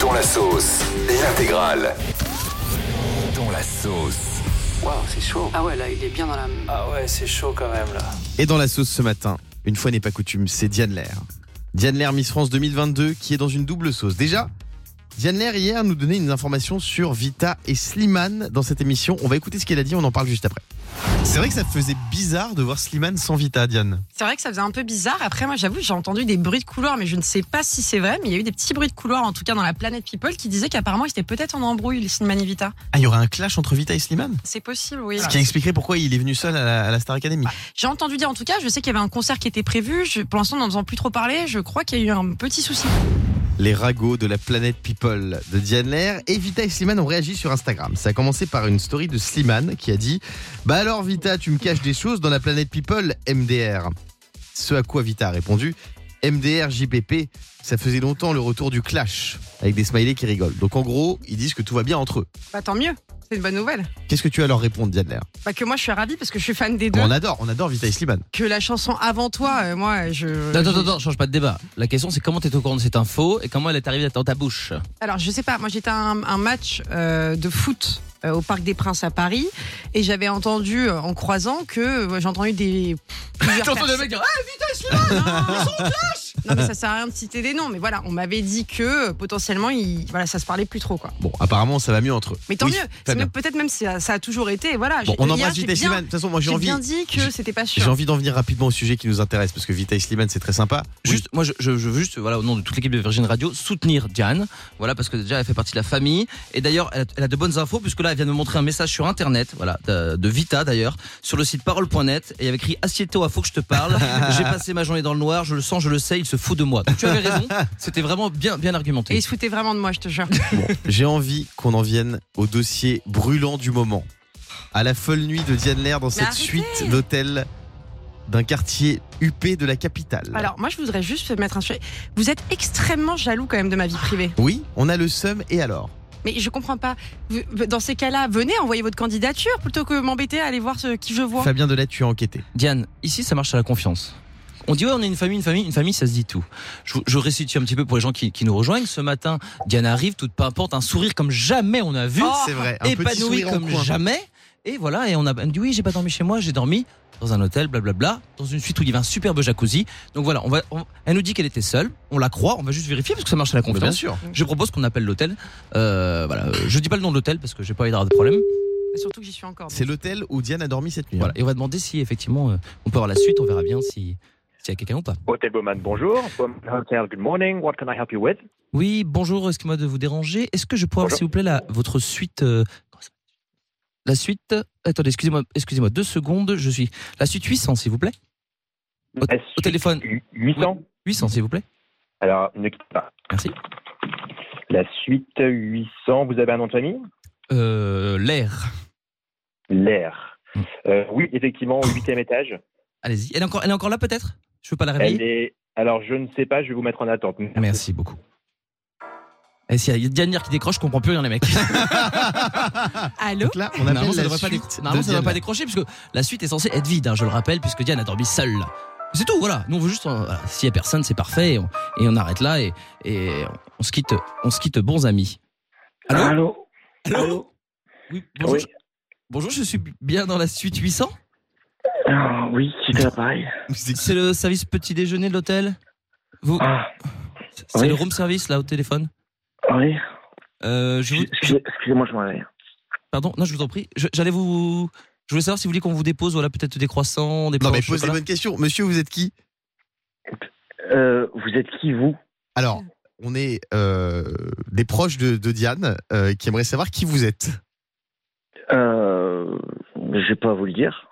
Dont la sauce, l'intégrale. Dont la sauce. Waouh, c'est chaud. Ah ouais, là, il est bien dans la. Ah ouais, c'est chaud quand même là. Et dans la sauce ce matin, une fois n'est pas coutume, c'est Diane Lair. Diane Lair, Miss France 2022, qui est dans une double sauce. Déjà, Diane Lair, hier, nous donnait une information sur Vita et Slimane dans cette émission. On va écouter ce qu'elle a dit, on en parle juste après. C'est vrai que ça faisait bizarre de voir Slimane sans Vita, Diane. C'est vrai que ça faisait un peu bizarre. Après, moi, j'avoue, j'ai entendu des bruits de couloir, mais je ne sais pas si c'est vrai. Mais il y a eu des petits bruits de couloir, en tout cas dans la planète People, qui disaient qu'apparemment, ils étaient peut-être en embrouille, les Slimane et Vita. Ah, il y aurait un clash entre Vita et Slimane C'est possible, oui. Ce qui expliquerait pourquoi il est venu seul à la, à la Star Academy. J'ai entendu dire, en tout cas, je sais qu'il y avait un concert qui était prévu. Je- pour l'instant, on n'en entend plus trop parler. Je crois qu'il y a eu un petit souci. Les ragots de la planète People de Diane Lair et Vita et Slimane ont réagi sur Instagram. Ça a commencé par une story de Slimane qui a dit Bah alors Vita, tu me caches des choses dans la planète People, MDR. Ce à quoi Vita a répondu MDR JPP, ça faisait longtemps le retour du clash avec des smileys qui rigolent. Donc en gros, ils disent que tout va bien entre eux. Bah, tant mieux. C'est une bonne nouvelle. Qu'est-ce que tu as à leur répondre, Diane Lair Bah, que moi, je suis ravie parce que je suis fan des deux. On adore, on adore Vita et Slimane. Que la chanson avant toi, euh, moi, je. Non, non, non, non, change pas de débat. La question, c'est comment t'es au courant de cette info et comment elle est arrivée dans ta bouche. Alors, je sais pas, moi j'étais à un, un match euh, de foot euh, au Parc des Princes à Paris et j'avais entendu euh, en croisant que euh, j'ai entendu des. plusieurs personnes- dire Non, mais ça sert à rien de citer des noms, mais voilà, on m'avait dit que euh, potentiellement, il, voilà, ça se parlait plus trop quoi. Bon, apparemment, ça va mieux entre eux. Mais tant Oui, mieux, très c'est bien. même- peut-être même si ça, ça a toujours été, Bon, voilà. j'ai- on hier, embrasse j'ai Vita et bien- Slimane. De toute façon, moi j'ai J'ai envie. bien dit que c'était pas J'ai sûr. envie d'en venir rapidement au sujet qui nous intéresse parce que Vita et Slimane c'est très sympa. Juste, moi, je, je- je veux juste, voilà, au nom de toute l'équipe de Virgin Radio, soutenir Diane. Voilà, parce que déjà, elle fait partie de la famille. Et d'ailleurs, elle, a- elle a de bonnes infos, puisque là, elle vient de me montrer un message sur Internet, voilà, de, de Vita d'ailleurs, sur le site parole.net. Et il y avait écrit Assieds-toi, faut que je te parle. J'ai passé ma journée dans le noir, je le sens, je le sais, il se fout de moi. Donc, tu avais raison, c'était vraiment bien, bien argumenté. Et il se foutait vraiment de moi, je te jure. J'ai envie qu'on en vienne au dossier brûlant du moment. À la folle nuit de Diane Lair dans cette arrêtez suite d'hôtels d'un quartier huppé de la capitale. Alors, moi je voudrais juste mettre un sujet. Vous êtes extrêmement jaloux quand même de ma vie privée. Oui, on a le seum et alors Mais je comprends pas. Vous- Dans ces cas-là, venez envoyer votre candidature plutôt que m'embêter à aller voir ce qui je vois. Fabien Delette, tu as enquêté. Diane, ici ça marche à la confiance. On dit ouais, on est une famille, une famille, une famille, ça se dit tout. Je, vous- je resitue un petit peu pour les gens qui, qui nous rejoignent. Ce matin, Diane arrive, toute pimpante, un sourire comme jamais on a vu, Oh, C'est vrai, un petit épanouie sourire en comme coin. jamais. Et voilà, et on a elle me dit oui, j'ai pas dormi chez moi, j'ai dormi dans un hôtel, blablabla, dans une suite où il y avait un superbe jacuzzi. Donc voilà, on va, on- elle nous dit qu'elle était seule, on la croit, on va juste vérifier parce que ça marche à la Mais Bah, Bien confiance. sûr. Je propose qu'on appelle l'hôtel. Euh, voilà, euh, je dis pas le nom de l'hôtel parce que j'ai pas envie d'avoir de problème. Surtout que j'y suis encore. C'est l'hôtel où Diane a dormi cette nuit. Voilà, et on va demander si effectivement euh, on peut avoir la suite, on verra bien si s'il y a quelqu'un ou pas. Hotel Bowman, bonjour. Bowman Hotel, good morning. What can I help you with? Oui, bonjour, excusez-moi de vous déranger. Est-ce que je pourrais avoir, Bonjour. s'il vous plaît, la, votre suite euh, comment ça s'appelle La suite. Attendez, excusez-moi, excusez-moi deux secondes, je suis. La suite 800, s'il vous plaît. Au, La au suite téléphone. 800? 800, s'il vous plaît. Alors, ne quittez pas. Merci. La suite 800, vous avez un nom de famille? Euh, L'air. L'air. Hmm. Mm. Euh, oui, effectivement, au huitième étage. Allez-y. Elle, est encore- elle est encore là, peut-être Je peux pas la Ah Elle réveiller est. Alors, je ne sais pas, je vais vous mettre en attente. Merci beaucoup. Et s'il y a Diane Lear qui décroche, je comprends plus rien, les mecs. Allô Donc là, on Normalement, appelle ça la devrait pas, suite déc- de normalement, ça devrait Diane pas Lair. décrocher, puisque la suite est censée être vide, hein, je le rappelle, puisque Diane a dormi seule. C'est tout, voilà. Nous, on veut juste. euh, voilà, S'il y a personne, c'est parfait. Et on, et on arrête là et, et on, se quitte, on se quitte bons amis. Allô Allô? Allô Oui, bonjour. Oui. Je, bonjour, je suis bien dans la suite 800. Ah, oui, c'est l'appareil. C'est le service petit déjeuner de l'hôtel Vous, Ah, C'est oui. le room service, là, au téléphone oui. Euh, je vous- Excusez-moi, je m'en vais. Pardon, non, je vous en prie. Je- J'allais vous. Je voulais savoir si vous voulez qu'on vous dépose, voilà, peut-être des croissants, des Non, mais planches, posez les voilà. bonnes questions. Monsieur, vous êtes qui Euh, vous êtes qui, vous? Alors, on est euh, des proches de, de Diane euh, qui aimeraient savoir qui vous êtes. Euh, je vais pas vous le dire.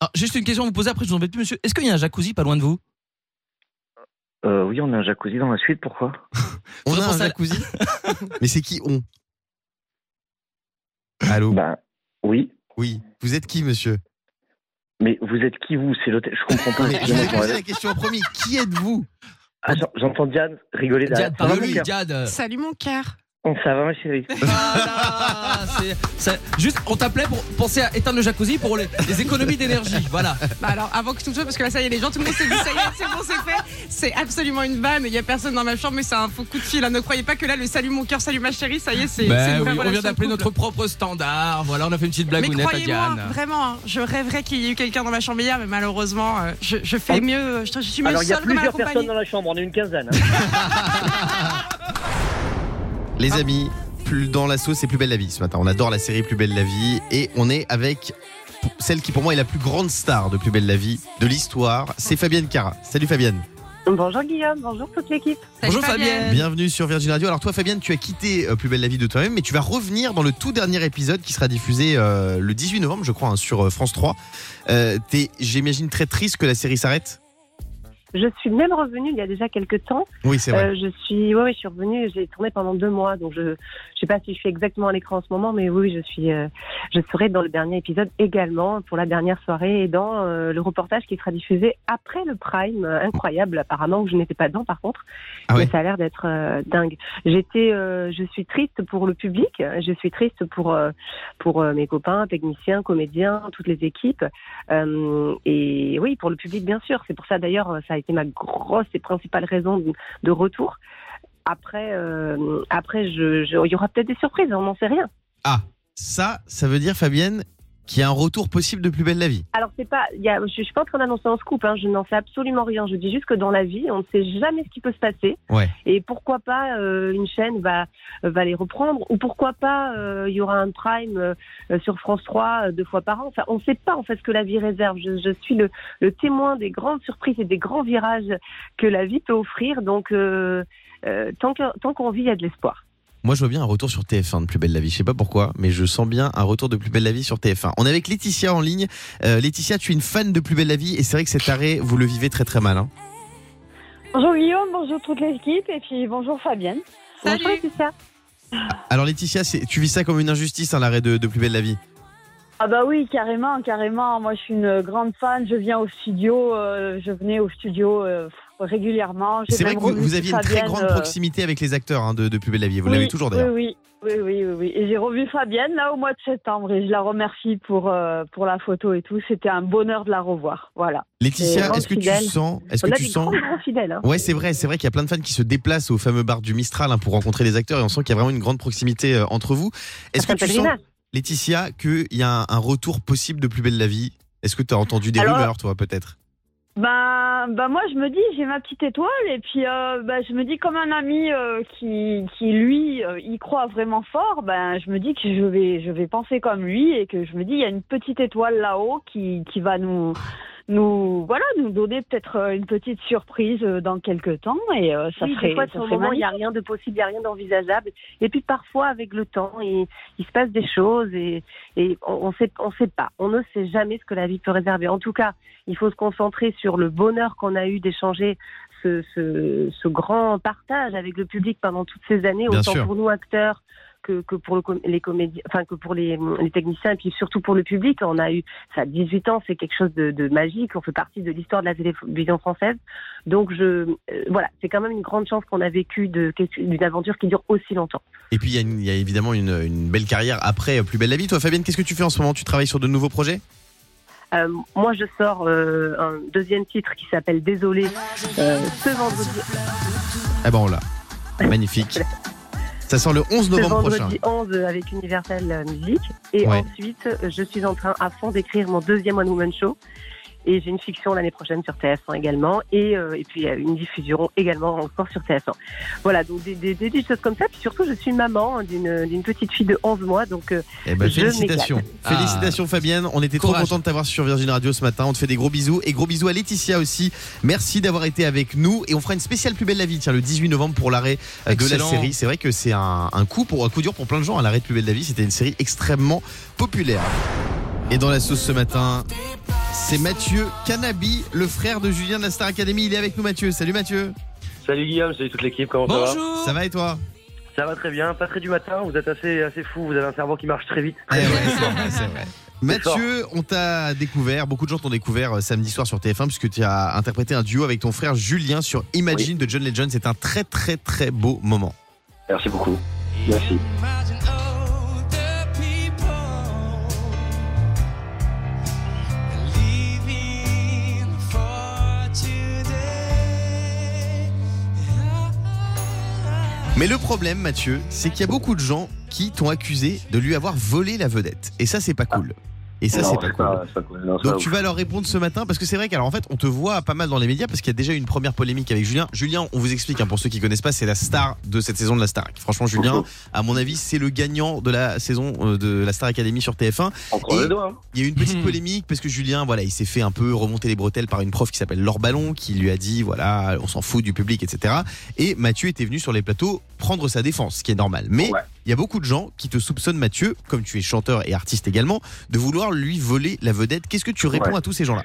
Ah, juste une question à vous poser, après je vous embête plus, monsieur. Est-ce qu'il y a un jacuzzi pas loin de vous Euh, oui, on a un jacuzzi dans la suite, pourquoi? On Faudrait a un penser à la- jacuzzi Mais c'est qui on Allô Ben, oui. Oui. Vous êtes qui, monsieur Mais vous êtes qui vous C'est l'hôtel. Je comprends pas. Mais Je vous ai Excusez-moi, posé je la m'en question en premier. Qui êtes-vous Ah, j'en- J'entends Diane rigoler derrière. Diade, Ça va, mon parle-lui, cœur Diade. Salut mon cœur. Ça va, ma chérie Voilà, c'est- c'est- Juste, on t'appelait pour penser à éteindre le jacuzzi pour les, les économies d'énergie. Voilà. Bah alors, avant que tout soit, parce que là, ça y est, les gens, tout le monde s'est dit, ça y est, c'est bon, c'est fait. C'est absolument une vanne. Il n'y a personne dans ma chambre, mais c'est un faux coup de fil. hein. Ne croyez pas que là, le salut mon cœur, salut ma chérie, ça y est, c'est. c'est Ben une vraie oui, on vient relation d'appeler de notre couple. propre standard. Voilà, on a fait une petite Mais blagounette à croyez-moi, Diane. vraiment, hein, je rêverais qu'il y ait eu quelqu'un dans ma chambre hier, mais malheureusement, euh, je, je fais mieux. euh, Je, je suis mieux Oh. Alors, il y a seule que mal plusieurs accompagnée. personnes dans la chambre, on est une quinzaine. hein. Les amis, plus dans la sauce, c'est plus belle la vie ce matin. On adore la série Plus belle la vie et on est avec celle qui pour moi est la plus grande star de Plus belle la vie de l'histoire, c'est Fabienne Cara. Salut Fabienne. Bonjour Guillaume, bonjour toute l'équipe. Salut, Bonjour, Euh. Fabienne. Bienvenue sur Virgin Radio. Alors toi Fabienne, tu as quitté euh, Plus belle la vie de toi-même mais tu vas revenir dans le tout dernier épisode qui sera diffusé euh, le 18 novembre je crois hein, sur euh, France 3. Euh, T'es j'imagine très triste que la série s'arrête. Je suis même revenue il y a déjà quelques temps. Oui c'est vrai. Euh, je suis, ouais, oui, je suis revenue. et J'ai tourné pendant deux mois, donc je, je sais pas si je suis exactement à l'écran en ce moment, mais oui, oui, je suis, euh, je serai dans le dernier épisode également pour la dernière soirée et dans euh, le reportage qui sera diffusé après le Prime. Euh, Incroyable, apparemment que je n'étais pas dedans par contre, Ah mais ouais. ça a l'air d'être euh, dingue. J'étais, euh, je suis triste pour le public, je suis triste pour euh, pour euh, mes copains, techniciens, comédiens, toutes les équipes. Euh, et oui, pour le public, bien sûr. C'est pour ça, d'ailleurs, euh, ça a été ma grosse et principale raison de, de retour. Après, euh, après, je, je- il y aura peut-être des surprises, on n'en sait rien. Ah, Ça ça veut dire Fabienne qu'il y a un retour possible de Plus belle la vie. Alors, c'est pas, il y a, je, je suis pas en train d'annoncer un scoop, hein, je n'en sais absolument rien. Je dis juste que dans la vie, on ne sait jamais ce qui peut se passer. Ouais. Et pourquoi pas euh, une chaîne va, va les reprendre, ou pourquoi pas euh, il y aura un prime euh, euh, sur France 3 euh, deux fois par an. Enfin, on ne sait pas en fait ce que la vie réserve. Je, je suis le, le témoin des grandes surprises et des grands virages que la vie peut offrir. Donc, euh, euh, tant que- tant qu'on vit, il y a de l'espoir. Moi, je vois bien un retour sur TF1 de Plus Belle la Vie. Je sais pas pourquoi, mais je sens bien un retour de Plus Belle la Vie sur TF1. On est avec Laetitia en ligne. Euh, Laetitia, tu es une fan de Plus Belle la Vie et c'est vrai que cet arrêt, vous le vivez très très mal. hein. Bonjour Guillaume, bonjour toute l'équipe et puis bonjour Fabienne. Bonjour, Salut. Laetitia. Alors Laetitia, c'est- tu vis ça comme une injustice, hein, l'arrêt de, de Plus Belle la Vie. Ah bah oui, carrément, carrément. Moi je suis une grande fan, je viens au studio, euh, je venais au studio euh, régulièrement. J'ai C'est vrai même que vous, revu vous aviez une très Fabienne, grande euh, proximité avec les acteurs hein, de, de Plus Belle la Vie. Vous l'avez oui, toujours d'ailleurs. Oui, oui, oui, oui, oui, oui. Et j'ai revu Fabienne là au mois de septembre et je la remercie pour, euh, pour la photo et tout. C'était un bonheur de la revoir. Voilà. Laetitia, grande est-ce que tu fidèle. sens, est-ce On que a tu des sens grands, grands fidèles. hein. Ouais, c'est vrai, c'est vrai qu'il y a plein de fans qui se déplacent au fameux bar du Mistral hein, pour rencontrer les acteurs et on sent qu'il y a vraiment une grande proximité euh, entre vous. Est-ce que Après, tu sens, Sabrina, Laetitia, qu'il y a un, un retour possible de Plus Belle la Vie Est-ce que tu as entendu des Alors- rumeurs, toi, peut-être Ben, ben moi je me dis j'ai ma petite étoile et puis euh, ben, je me dis comme un ami euh, qui, qui lui euh, y croit vraiment fort ben je me dis que je vais je vais penser comme lui et que je me dis il y a une petite étoile là-haut qui, qui va nous nous voilà nous donner peut-être euh, une petite surprise euh, dans quelques temps et euh, ça oui, serait des fois, ça sur le serait moment, il n'y magnifique. a rien de possible, il n'y a rien d'envisageable. Et puis, parfois, avec le temps, il, il se passe des choses et, et on ne on sait pas. On ne sait jamais ce que la vie peut réserver. En tout cas, il faut se concentrer sur le bonheur qu'on a eu d'échanger ce, ce, ce grand partage avec le public pendant toutes ces années, Bien autant sûr. pour nous acteurs. Que, que pour le com- les comédiens, enfin que pour les, les techniciens et puis surtout pour le public, on a eu ça a 18 ans, c'est quelque chose de, de magique. On fait partie de l'histoire de la télévision française, donc je euh, voilà, c'est quand même une grande chance qu'on a vécu de d'une aventure qui dure aussi longtemps. Et puis, il y a une- il y, a évidemment une, une belle carrière après euh, Plus Belle la Vie. Toi, Fabienne, qu'est-ce que tu fais en ce moment Tu travailles sur de nouveaux projets Euh, moi, je sors euh, un deuxième titre qui s'appelle Désolé euh, ce vendredi, Ah ben, on l'a. Magnifique. Ça sort le 11 ce novembre prochain. vendredi 11 avec Universal euh, Music. Et Ouais. ensuite, euh, je suis en train à fond d'écrire mon deuxième One Woman Show. Et j'ai une fiction l'année prochaine sur TF1 également. Et, euh, et puis euh, une diffusion également encore sur TF1. Voilà, donc des, des, des- des choses comme ça. Puis surtout, je suis maman hein, d'une d'une petite fille de 11 mois. Donc euh, Eh ben, Je félicitations. m'éclate. Félicitations, Fabienne. On était trop Courage. contents de t'avoir sur Virgin Radio ce matin. On te fait des gros bisous. Et gros bisous à Laetitia aussi. Merci d'avoir été avec nous. Et on fera une spéciale Plus Belle la Vie, tiens, le 18 novembre pour l'arrêt euh, de la Excellent. série. C'est vrai que c'est un, un coup pour un coup dur pour plein de gens. hein. L'arrêt de Plus Belle la Vie, c'était une série extrêmement populaire. Et dans la sauce ce matin, c'est Mathieu Canabi, le frère de Julien de la Star Academy. Il est avec nous, Mathieu. Salut, Mathieu. Salut Guillaume, salut toute l'équipe, comment ça va Bonjour Ça va et toi Ça va très bien, pas très du matin, vous êtes assez, assez fou, vous avez un cerveau qui marche très vite. Eh ouais, c'est vrai, c'est vrai. Mathieu, on t'a découvert, beaucoup de gens t'ont découvert euh, samedi soir sur TF1 puisque tu as interprété un duo avec ton frère Julien sur Imagine de John Legend. C'est un très très très beau moment. Merci beaucoup. Merci. Mais le problème, Mathieu, c'est qu'il y a beaucoup de gens qui t'ont accusé de lui avoir volé la vedette. Et ça, c'est pas cool. Et ça, Non, c'est pas cool. c'est pas cool. Non, c'est Donc pas tu ouf. vas leur répondre ce matin parce que c'est vrai qu'alors en fait on te voit pas mal dans les médias parce qu'il y a déjà eu une première polémique avec Julien. Julien, on vous explique hein, pour ceux qui connaissent pas, c'est la star de cette saison de la Star. Franchement Julien, à mon avis, c'est le gagnant de la saison euh, de la Star Academy sur TF1. On croise Et les doigts, hein. Il y a eu une petite polémique parce que Julien, voilà, il s'est fait un peu remonter les bretelles par une prof qui s'appelle Laure Ballon qui lui a dit voilà, on s'en fout du public, etc. Et Mathieu était venu sur les plateaux prendre sa défense, ce qui est normal. Mais Ouais. il y a beaucoup de gens qui te soupçonnent Mathieu, comme tu es chanteur et artiste également, de vouloir lui voler la vedette. Qu'est-ce que tu réponds Ouais. à tous ces gens-là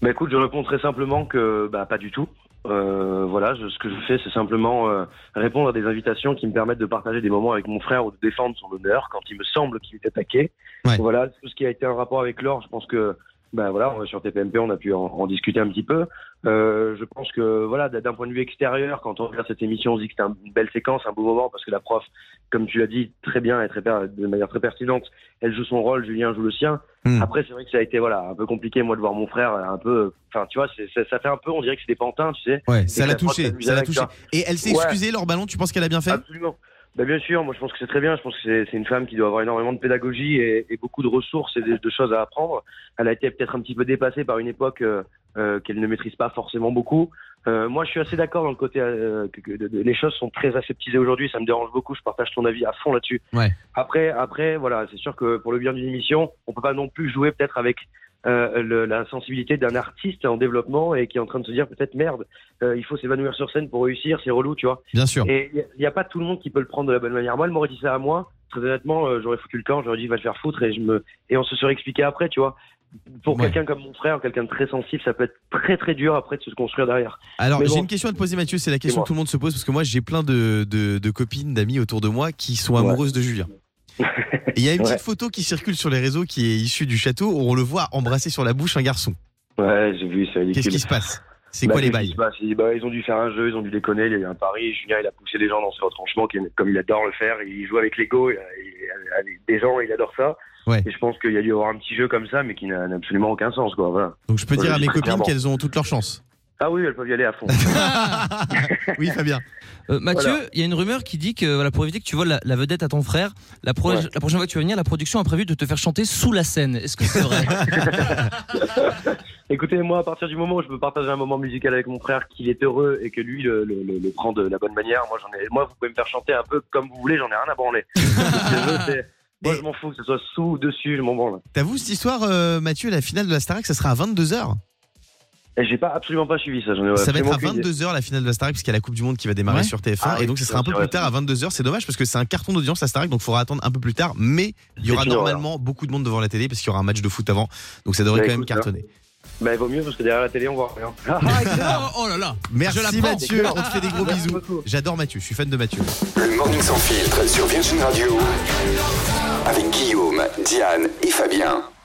Bah écoute, je réponds très simplement que bah, pas du tout. Euh, voilà, je- ce que je fais, c'est simplement euh, répondre à des invitations qui me permettent de partager des moments avec mon frère ou de défendre son honneur quand il me semble qu'il est attaqué. Ouais. Voilà, tout ce qui a été en rapport avec l'or, je pense que bah voilà, on- sur TPMP, on a pu en, en discuter un petit peu. Euh, je pense que voilà, d'un point de vue extérieur, quand on regarde cette émission, on se dit que c'est un- une belle séquence, un beau moment parce que la prof, comme tu l'as dit très bien et très per- de manière très pertinente, elle joue son rôle, Julien joue le sien. Hmm. Après, c'est vrai que ça a été voilà un peu compliqué moi de voir mon frère euh, un peu. Enfin, tu vois, c'est- ça, ça fait un peu, on dirait que c'est des pantins, tu sais. Ouais, Et ça que l'a la prof touché, s'amuse ça l'a avec, touché. tu vois. Et elle s'est Ouais. excusée, Laure Ballon, tu penses qu'elle a bien fait Absolument. Bah, bien sûr, moi je pense que c'est très bien. Je pense que c'est- c'est une femme qui doit avoir énormément de pédagogie et, et beaucoup de ressources et de, de choses à apprendre. Elle a été peut-être un petit peu dépassée par une époque euh, euh, qu'elle ne maîtrise pas forcément beaucoup. Euh, moi, je suis assez d'accord dans le côté euh, que, que de- de- les choses sont très aseptisées aujourd'hui. Ça me dérange beaucoup. Je partage ton avis à fond là-dessus. Ouais. Après, après, voilà, c'est sûr que pour le bien d'une émission, on peut pas non plus jouer peut-être avec. euh, le- la sensibilité d'un artiste en développement et qui est en train de se dire peut-être merde, euh, il faut s'évanouir sur scène pour réussir, c'est relou, tu vois. Bien sûr. Et il n'y a pas tout le monde qui peut le prendre de la bonne manière. Moi, elle m'aurait dit ça à moi. Très honnêtement, euh, j'aurais foutu le camp, j'aurais dit va te faire foutre et, je me... et on se serait expliqué après, tu vois. Pour Ouais. quelqu'un comme mon frère, quelqu'un de très sensible, ça peut être très très dur après de se construire derrière. Alors, Mais j'ai bon. une question à te poser, Mathieu. C'est la question Dis-moi. que tout le monde se pose parce que moi, j'ai plein de, de- de copines, d'amis autour de moi qui sont Ouais. amoureuses de Julien. Et Il y a une Ouais. petite photo qui circule sur les réseaux qui est issue du château où on le voit embrasser sur la bouche un garçon. Ouais, j'ai vu, c'est Qu'est-ce qui se passe Bah, C'est quoi les bails Ils ont dû faire un jeu, ils ont dû déconner. Il y a eu un pari. Julien, il a poussé les gens dans ses retranchements, qui- comme il adore le faire. Il joue avec l'ego, il- il- avec des gens, il adore ça. Ouais. Et je pense qu'il y a dû avoir un petit jeu comme ça, mais qui n'a n'a absolument aucun sens, quoi. Voilà. Donc, je peux Ouais, dire à je mes sais copines clairement. qu'elles ont toutes leurs chances. Ah oui, elles peuvent y aller à fond. oui, Fabien. Euh, Mathieu, il Voilà. y a une rumeur qui dit que voilà, pour éviter que tu voles la, la vedette à ton frère, la, pro- Ouais. la prochaine fois que tu vas venir, la production a prévu de te faire chanter sous la scène. Est-ce que c'est vrai Écoutez, moi, à partir du moment où je peux partager un moment musical avec mon frère, qu'il est heureux et que lui le, le- le- le prend de la bonne manière, moi, j'en ai, moi, vous pouvez me faire chanter un peu comme vous voulez, j'en ai rien à branler. Ce que je veux, c'est- moi, je m'en fous, que ce soit sous ou dessus, je m'en branle. T'avoues cette histoire, euh, Mathieu La finale de la Starac, ça sera à 22h. Et j'ai pas absolument pas suivi ça. J'en ai ça va être absolument à aucune idée. 22h la finale de la Starac, puisqu'il y a la Coupe du Monde qui va démarrer Ouais. sur TF1. Ah et oui, donc, ce c'est sera un peu sûr, plus ouais. tard à 22h. C'est dommage parce que c'est un carton d'audience la Starac, donc il faudra attendre un peu plus tard. Mais il y C'est aura une horreur. normalement beaucoup de monde devant la télé parce qu'il y aura un match de foot avant. Donc, ça devrait Bah, quand même écoute, cartonner. Bah, il vaut mieux parce que derrière la télé, on voit rien. Ah, oh, là là Merci Je la prends. Mathieu, on te fait des gros Merci bisous. beaucoup. J'adore Mathieu, je suis fan de Mathieu. Le Morning Sans Filtre sur Virgin Radio avec Guillaume, Diane et Fabien.